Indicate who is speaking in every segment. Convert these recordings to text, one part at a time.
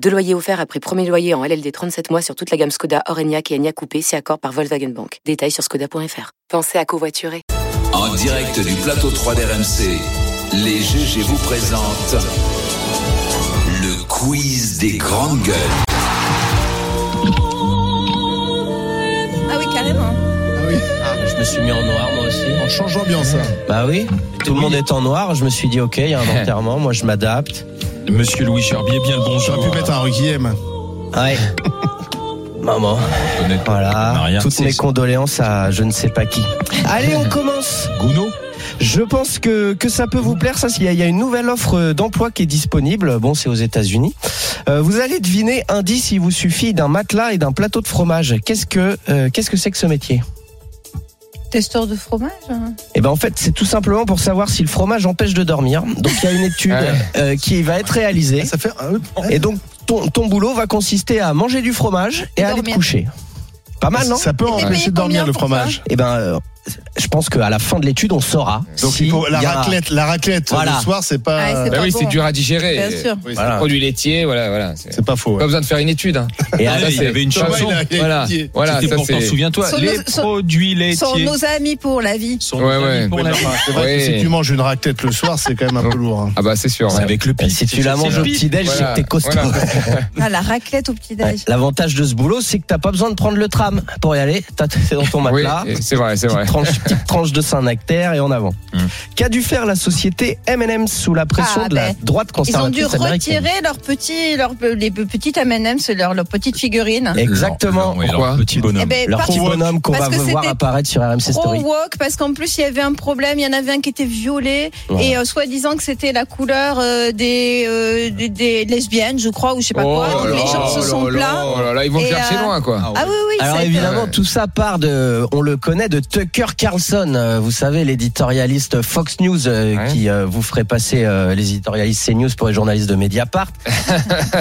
Speaker 1: Deux loyers offerts après premier loyer en LLD 37 mois sur toute la gamme Skoda, Orenia et Enya Coupé, si accord par Volkswagen Bank. Détails sur skoda.fr. Pensez à covoiturer.
Speaker 2: En direct du plateau 3 d'RMC, les GG vous présentent le quiz des grandes gueules.
Speaker 3: Ah oui, carrément.
Speaker 4: Je me suis mis en noir moi aussi.
Speaker 5: On change d'ambiance. hein.
Speaker 4: Bah oui, tout le monde est en noir. Je me suis dit ok, il y a un enterrement, moi je m'adapte.
Speaker 6: Monsieur Louis Gerbier, bien le
Speaker 5: J'aurais pu
Speaker 6: bonjour.
Speaker 5: mettre un requiem.
Speaker 4: Ouais. Maman,
Speaker 6: Honnêtement, on n'a
Speaker 4: voilà.
Speaker 6: rien
Speaker 4: Toutes
Speaker 6: fait,
Speaker 4: mes
Speaker 6: ça.
Speaker 4: condoléances à je ne sais pas qui. Allez, on commence.
Speaker 6: Gounod
Speaker 4: Je pense que, que ça peut vous plaire. Ça, il y, a- il y a une nouvelle offre euh, d'emploi qui est disponible. Bon, c'est aux États-Unis. Euh, vous allez deviner indice. Il vous suffit d'un matelas et d'un plateau de fromage. Qu'est-ce que euh, qu'est-ce que c'est que ce métier
Speaker 3: Testeur de fromage hein.
Speaker 4: Eh ben en fait, c'est tout simplement pour savoir si le fromage empêche de dormir. Donc il y a une étude euh, qui va être réalisée.
Speaker 5: Ah Ça fait un.
Speaker 4: Et donc, ton, ton boulot va consister à manger du fromage et,
Speaker 3: Et
Speaker 4: à aller te
Speaker 3: dormir.
Speaker 4: coucher. Pas mal, Ah, non
Speaker 5: Ça peut
Speaker 3: Et payer
Speaker 5: empêcher de
Speaker 3: combien
Speaker 5: dormir le
Speaker 3: pour
Speaker 5: fromage.
Speaker 4: Eh ben, euh, je pense qu'à la fin de l'étude, on saura.
Speaker 5: Donc
Speaker 4: si
Speaker 5: il faut la
Speaker 4: y a-
Speaker 5: raclette, la raclette
Speaker 4: Voilà.
Speaker 5: le soir, c'est pas.
Speaker 3: Ah, c'est
Speaker 7: Bah
Speaker 3: pas
Speaker 7: oui,
Speaker 3: bon.
Speaker 7: c'est dur à digérer.
Speaker 3: Bien sûr.
Speaker 5: Oui, c'est-
Speaker 4: Voilà.
Speaker 7: Produits laitiers, voilà, voilà. C'est-
Speaker 5: C'est pas faux.
Speaker 7: Pas
Speaker 5: ouais.
Speaker 7: besoin de faire une étude. Hein.
Speaker 4: Et
Speaker 6: Ah,
Speaker 4: à-
Speaker 7: Ça,
Speaker 6: il
Speaker 7: c'est-
Speaker 6: avait une
Speaker 5: Thomas,
Speaker 6: chanson.
Speaker 5: il a- il a-
Speaker 7: Voilà,
Speaker 5: il est-
Speaker 7: voilà,
Speaker 6: C'était
Speaker 7: ça
Speaker 6: pourtant,
Speaker 7: c'est.
Speaker 6: souviens-toi,
Speaker 3: Sont
Speaker 6: les
Speaker 3: nos- sont-
Speaker 6: produits
Speaker 3: Sont
Speaker 6: laitiers.
Speaker 3: nos amis pour la vie.
Speaker 6: Sont
Speaker 7: Ouais,
Speaker 6: nos amis
Speaker 7: ouais.
Speaker 6: pour
Speaker 5: Oui,
Speaker 6: la
Speaker 5: mais
Speaker 6: fin.
Speaker 5: enfin, c'est vrai que
Speaker 7: Ouais.
Speaker 5: si tu manges une raclette le soir, c'est quand même un peu lourd. hein.
Speaker 7: Ah bah c'est sûr.
Speaker 6: C'est
Speaker 7: ouais.
Speaker 6: avec le pire.
Speaker 4: Euh, si tu la manges au petit-déj, c'est que t'es costaud.
Speaker 7: Voilà.
Speaker 3: Ah, la raclette au
Speaker 4: Ouais,
Speaker 3: petit-déj.
Speaker 4: L'avantage de ce boulot, c'est que t'as pas besoin de prendre le tram pour y aller. T'as- T'es dans ton
Speaker 7: Oui,
Speaker 4: matelas.
Speaker 7: c'est vrai, c'est vrai. Mm.
Speaker 4: Petite tranche, petite tranche de Saint-Nectaire et en avant.
Speaker 6: Hum.
Speaker 4: Qu'a dû faire la société M&M sous la pression
Speaker 3: Ah,
Speaker 4: de la
Speaker 3: ben,
Speaker 4: droite
Speaker 3: Ils ont dû
Speaker 4: conservatrice américaine
Speaker 3: retirer leurs petits, leurs les petites M&M's, leurs leurs petites figurines.
Speaker 4: Exactement.
Speaker 6: Leur- leur-
Speaker 7: Pourquoi
Speaker 6: leur Petit
Speaker 3: Eh
Speaker 6: bonhomme.
Speaker 3: ben,
Speaker 4: euh, Leur
Speaker 3: parce-
Speaker 4: petit bonhomme qu'on va
Speaker 3: parce que
Speaker 4: voir
Speaker 3: c'était
Speaker 4: apparaître sur RMC
Speaker 3: Pro
Speaker 4: Story.
Speaker 3: woke parce qu'en plus il y avait un problème, il y en avait un qui était violet
Speaker 4: Voilà.
Speaker 3: et euh, soi-disant que c'était la couleur euh, des, euh, des des lesbiennes, je crois ou je sais
Speaker 4: Oh
Speaker 3: pas quoi. Donc,
Speaker 7: Oh là
Speaker 3: les gens
Speaker 7: là
Speaker 3: se sont
Speaker 7: là
Speaker 3: plaints.
Speaker 7: Oh là là, ils vont
Speaker 3: Et,
Speaker 7: chercher
Speaker 3: euh,
Speaker 7: loin quoi.
Speaker 3: Ah oui oui.
Speaker 4: Alors
Speaker 3: ça a été-
Speaker 4: évidemment,
Speaker 7: ouais.
Speaker 4: tout ça part de, on le connaît, de Tucker Carlson, euh, vous savez, l'éditorialiste Fox News euh,
Speaker 7: Ouais.
Speaker 4: qui euh, vous ferait passer euh, les éditorialistes CNews pour les journalistes de Mediapart.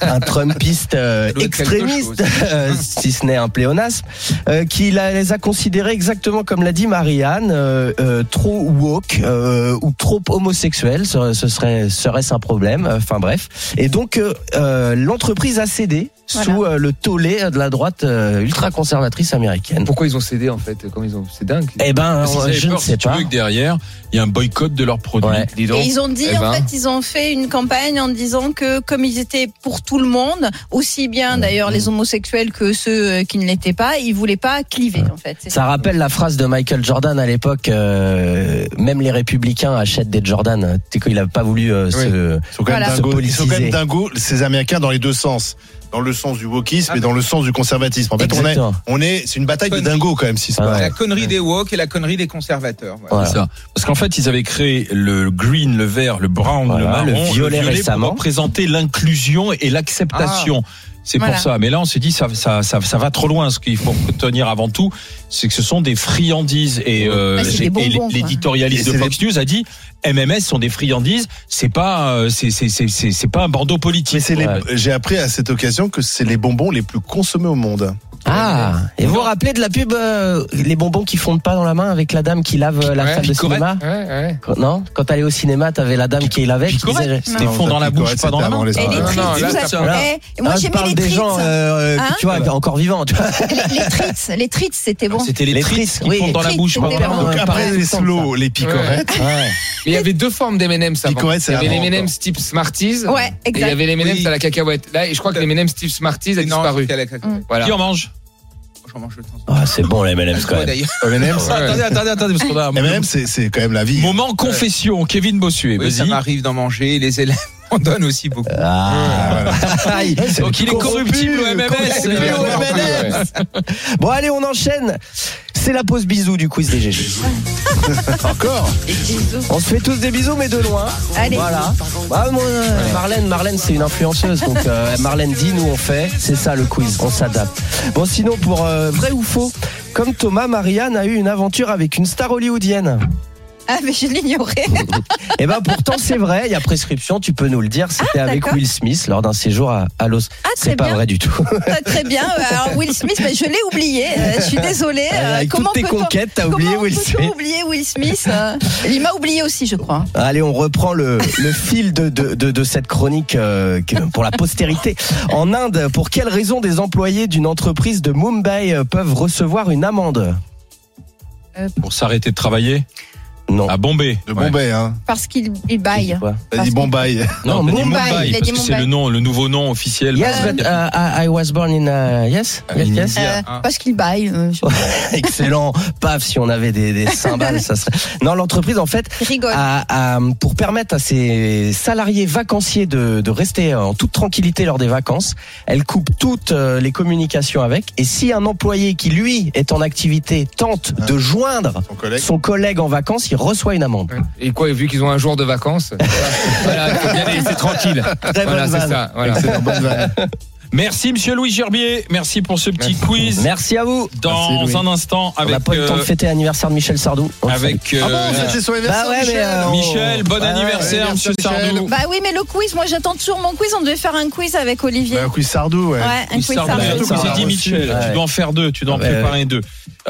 Speaker 4: un Trumpiste euh,
Speaker 7: Ça doit être quelque
Speaker 4: extrémiste, euh, si ce n'est un pléonasme, euh, qui la- les a considérés exactement comme l'a dit Marianne, euh, euh, trop woke euh, ou trop homosexuel, ce, ce serait serait-ce un problème euh, Enfin bref. Et donc euh, euh, l'entreprise a cédé sous euh, le tollé de la droite ultra conservatrice américaine.
Speaker 7: Pourquoi ils ont cédé en fait Comment ils ont C'est dingue.
Speaker 4: Eh ben,
Speaker 6: Parce qu'ils
Speaker 4: euh,
Speaker 6: avaient
Speaker 4: je ne
Speaker 6: peur,
Speaker 4: sais
Speaker 6: si tu
Speaker 4: pas.
Speaker 6: veux, que derrière, il y a un boycott de leurs produits.
Speaker 4: Ouais.
Speaker 7: Dis donc.
Speaker 3: Et ils ont dit,
Speaker 7: Eh
Speaker 3: en
Speaker 7: ben.
Speaker 3: fait, ils ont fait une campagne en disant que comme ils étaient pour tout le monde, aussi bien d'ailleurs les homosexuels que ceux euh, qui ne l'étaient pas, ils voulaient pas cliver en fait. C'est
Speaker 4: Ça rappelle la phrase de Michael Jordan à l'époque. euh, même les républicains achètent des Jordan. Tu sais qu'il a pas voulu euh, se.
Speaker 5: Ils sont quand même
Speaker 3: Voilà.
Speaker 5: dingos.
Speaker 4: Se
Speaker 5: Ils sont quand même
Speaker 4: politiser.
Speaker 5: dingos, ces Américains, dans les deux sens. Dans le sens du wokisme et dans le sens du conservatisme. En fait, on est,
Speaker 4: Exactement.
Speaker 5: on est, c'est une bataille de
Speaker 8: Fun.
Speaker 5: dingos quand même, si c'est
Speaker 4: Ah
Speaker 5: pas.
Speaker 4: ouais.
Speaker 8: La connerie des woke et la connerie des conservateurs. voilà.
Speaker 4: Voilà.
Speaker 6: C'est ça. Parce qu'en fait, ils avaient créé le green, le vert, le brown,
Speaker 4: Voilà,
Speaker 6: le marron,
Speaker 4: le violet
Speaker 6: pour
Speaker 4: récemment.
Speaker 6: représenter l'inclusion et l'acceptation. C'est
Speaker 3: Ah. Voilà.
Speaker 6: pour ça. Mais là, on s'est dit, ça, ça, ça, ça va trop loin. Ce qu'il faut retenir avant tout, c'est que ce sont des friandises. Et, euh,
Speaker 3: Bah, c'est des
Speaker 6: et
Speaker 3: bonbons, quoi.
Speaker 6: l'éditorialiste de
Speaker 5: Et c'est
Speaker 6: Fox News a dit, MMS sont des friandises. C'est pas, euh, c'est, c'est, c'est, c'est, c'est pas un bandeau politique.
Speaker 5: Mais c'est les-
Speaker 4: Ouais.
Speaker 5: j'ai appris à cette occasion que c'est les bonbons les plus consommés au monde.
Speaker 4: Ah, et vous vous rappelez de la pub euh, Les bonbons qui fondent pas dans la main avec la dame qui lave euh, la
Speaker 7: Ouais,
Speaker 4: salle de
Speaker 6: Picorette.
Speaker 4: cinéma
Speaker 7: Ouais, ouais.
Speaker 4: Quand- Non Quand t'allais au cinéma, t'avais la dame qui lavait. qui
Speaker 6: Picorette.
Speaker 4: disait-
Speaker 6: Des
Speaker 5: Non,
Speaker 6: fonds dans la
Speaker 5: Picorette,
Speaker 6: bouche, pas dans
Speaker 5: c'était
Speaker 6: la main.
Speaker 5: avant les
Speaker 3: Et les
Speaker 7: non,
Speaker 3: treats,
Speaker 7: non, là,
Speaker 3: vous
Speaker 7: ça
Speaker 3: avez-
Speaker 7: parle.
Speaker 3: Eh,
Speaker 4: Ah,
Speaker 3: moi
Speaker 4: je
Speaker 3: j'aimais
Speaker 4: parle
Speaker 3: les
Speaker 4: des
Speaker 3: treats.
Speaker 4: gens, euh,
Speaker 3: Hein
Speaker 4: tu vois, encore vivants. tu vois.
Speaker 3: Les treats, les treats, c'était bon.
Speaker 6: C'était les,
Speaker 4: Les
Speaker 6: tristes
Speaker 4: tristes, oui.
Speaker 6: qui fondent dans la
Speaker 3: Tristes,
Speaker 6: bouche.
Speaker 3: c'était
Speaker 6: pardon.
Speaker 4: vraiment-
Speaker 5: Donc
Speaker 4: Ouais,
Speaker 5: après
Speaker 4: pareil,
Speaker 5: les
Speaker 4: ça.
Speaker 5: slows, les picorettes.
Speaker 7: Mais il y avait deux formes d'M&M's avant.
Speaker 5: Picorette, c'est
Speaker 7: Il y avait
Speaker 5: avant,
Speaker 7: les M&M's type Smarties.
Speaker 3: Ouais,
Speaker 7: Et il y
Speaker 3: exact.
Speaker 7: avait les M&M's
Speaker 8: Oui.
Speaker 7: à la cacahuète. Là, et je crois que les M&M's type Smarties
Speaker 8: Non,
Speaker 7: a disparu.
Speaker 8: c'était à la craque.
Speaker 3: Mm.
Speaker 7: Voilà.
Speaker 6: Qui en mange
Speaker 8: J'en mange le temps.
Speaker 4: Ah, c'est bon, les M&M's quand
Speaker 8: Toi,
Speaker 4: même.
Speaker 8: d'ailleurs.
Speaker 5: M&M's.
Speaker 7: Ouais.
Speaker 6: Attendez, attendez, attendez, parce qu'on a un moment-
Speaker 5: M&M's, c'est c'est quand même la vie. hein.
Speaker 6: moment confession. Kevin Bossuet,
Speaker 8: Oui, ça
Speaker 6: vas-y.
Speaker 8: m'arrive d'en manger. Les élèves en donnent aussi beaucoup.
Speaker 4: Ah, Aïe.
Speaker 6: Donc il est corruptible au MMS.
Speaker 4: corruptible
Speaker 6: euh,
Speaker 4: au MMS. Bon, allez, on enchaîne. C'est la pause bisou du quiz des GG.
Speaker 5: Encore
Speaker 4: On se fait tous des bisous, mais de loin.
Speaker 3: Allez.
Speaker 4: Voilà. Bah, moi, euh, Marlène, Marlène, c'est une influenceuse. Donc, euh, Marlène dit, nous, on fait. C'est ça le quiz. On s'adapte. Bon, sinon, pour euh, vrai ou faux, Comme Thomas, Marianne a eu une aventure avec une star hollywoodienne.
Speaker 3: Ah, mais je l'ignorais.
Speaker 4: Et ben pourtant c'est vrai, il y a prescription, tu peux nous le dire. C'était avec
Speaker 3: Ah, d'accord.
Speaker 4: Will Smith lors d'un séjour à, à Los.
Speaker 3: Ah,
Speaker 4: C'est
Speaker 3: très
Speaker 4: pas
Speaker 3: bien.
Speaker 4: vrai du tout.
Speaker 3: Très, très bien. Euh, Alors, Will Smith, mais je l'ai oublié. Euh, je suis désolée. Euh,
Speaker 4: Ah, Avec toutes tes
Speaker 3: peut-on-
Speaker 4: conquêtes, t'as
Speaker 3: comment
Speaker 4: oublié
Speaker 3: on
Speaker 4: Will
Speaker 3: peut-on
Speaker 4: Smith.
Speaker 3: oublier Will Smith euh, Il m'a oublié aussi, je crois. hein,
Speaker 4: Eh, Allez, on reprend le, le fil de, de, de- de cette chronique euh, que- pour la postérité. En Inde, pour quelles raisons des employés d'une entreprise de Mumbai euh, peuvent recevoir une amende
Speaker 6: Pour s'arrêter de travailler
Speaker 4: Non.
Speaker 6: à Bombay.
Speaker 5: De Bombay, hein.
Speaker 3: Parce qu'il il baille.
Speaker 4: Ouais.
Speaker 5: T'as
Speaker 3: Parce
Speaker 5: dit
Speaker 3: que-
Speaker 5: Bombay.
Speaker 6: Non,
Speaker 4: Non,
Speaker 6: t'as dit
Speaker 4: Mumbai,
Speaker 3: il
Speaker 6: Mumbai,
Speaker 3: a
Speaker 6: parce
Speaker 3: dit
Speaker 6: que c'est
Speaker 3: Mumbai.
Speaker 6: le nom, le Ah, nouveau nom officiel.
Speaker 4: Yes, but uh, I, I was born in uh, yes, yes, yes.
Speaker 3: Euh,
Speaker 8: hein.
Speaker 3: Parce qu'il baille. euh, je-
Speaker 4: Excellent. Paf, si on avait des, des cymbales, ça serait. Non, l'entreprise en fait
Speaker 3: Il rigole.
Speaker 4: à- à- pour permettre à ses salariés vacanciers de, de rester en toute tranquillité lors des vacances, elle coupe toutes euh, les communications avec. Et si un employé qui, lui, est en activité tente de joindre
Speaker 5: Son collègue.
Speaker 4: son collègue en vacances, il reçoit une amende.
Speaker 7: Euh, Et quoi, vu qu'ils ont un jour de vacances, voilà, faut bien les laisser tranquilles.
Speaker 4: Très
Speaker 7: Voilà,
Speaker 4: bonne
Speaker 7: c'est
Speaker 4: vanne.
Speaker 7: ça. Voilà.
Speaker 5: C'est un bon van.
Speaker 6: Merci, monsieur Louis Gerbier. Merci pour ce petit
Speaker 7: Merci.
Speaker 6: quiz.
Speaker 4: Merci à vous.
Speaker 6: Dans
Speaker 5: Merci, Louis.
Speaker 6: un instant,
Speaker 4: on
Speaker 6: avec.
Speaker 4: n'a pas eu le temps de
Speaker 6: euh,
Speaker 4: fêter l'anniversaire de Michel Sardou. On le salue.
Speaker 6: avec euh,
Speaker 5: Ah bon, c'était son
Speaker 4: Bah
Speaker 5: anniversaire,
Speaker 4: ouais, mais,
Speaker 5: Michel.
Speaker 4: euh, on-
Speaker 6: Michel, bon
Speaker 4: Ouais,
Speaker 5: Bah,
Speaker 4: ouais,
Speaker 6: anniversaire,
Speaker 5: ouais,
Speaker 6: monsieur
Speaker 5: merci, Michel.
Speaker 6: Sardou.
Speaker 3: Bah oui, mais le quiz, moi j'attends toujours mon quiz. On devait faire un quiz avec Olivier.
Speaker 5: Bah, un quiz Sardou, ouais.
Speaker 3: ouais, un quiz
Speaker 6: Sardou,
Speaker 3: Sardou.
Speaker 6: surtout que
Speaker 4: Sardou.
Speaker 6: j'ai dit
Speaker 5: Ouais.
Speaker 6: Michel. Tu dois en faire deux, tu dois en
Speaker 4: Ouais,
Speaker 6: préparer deux.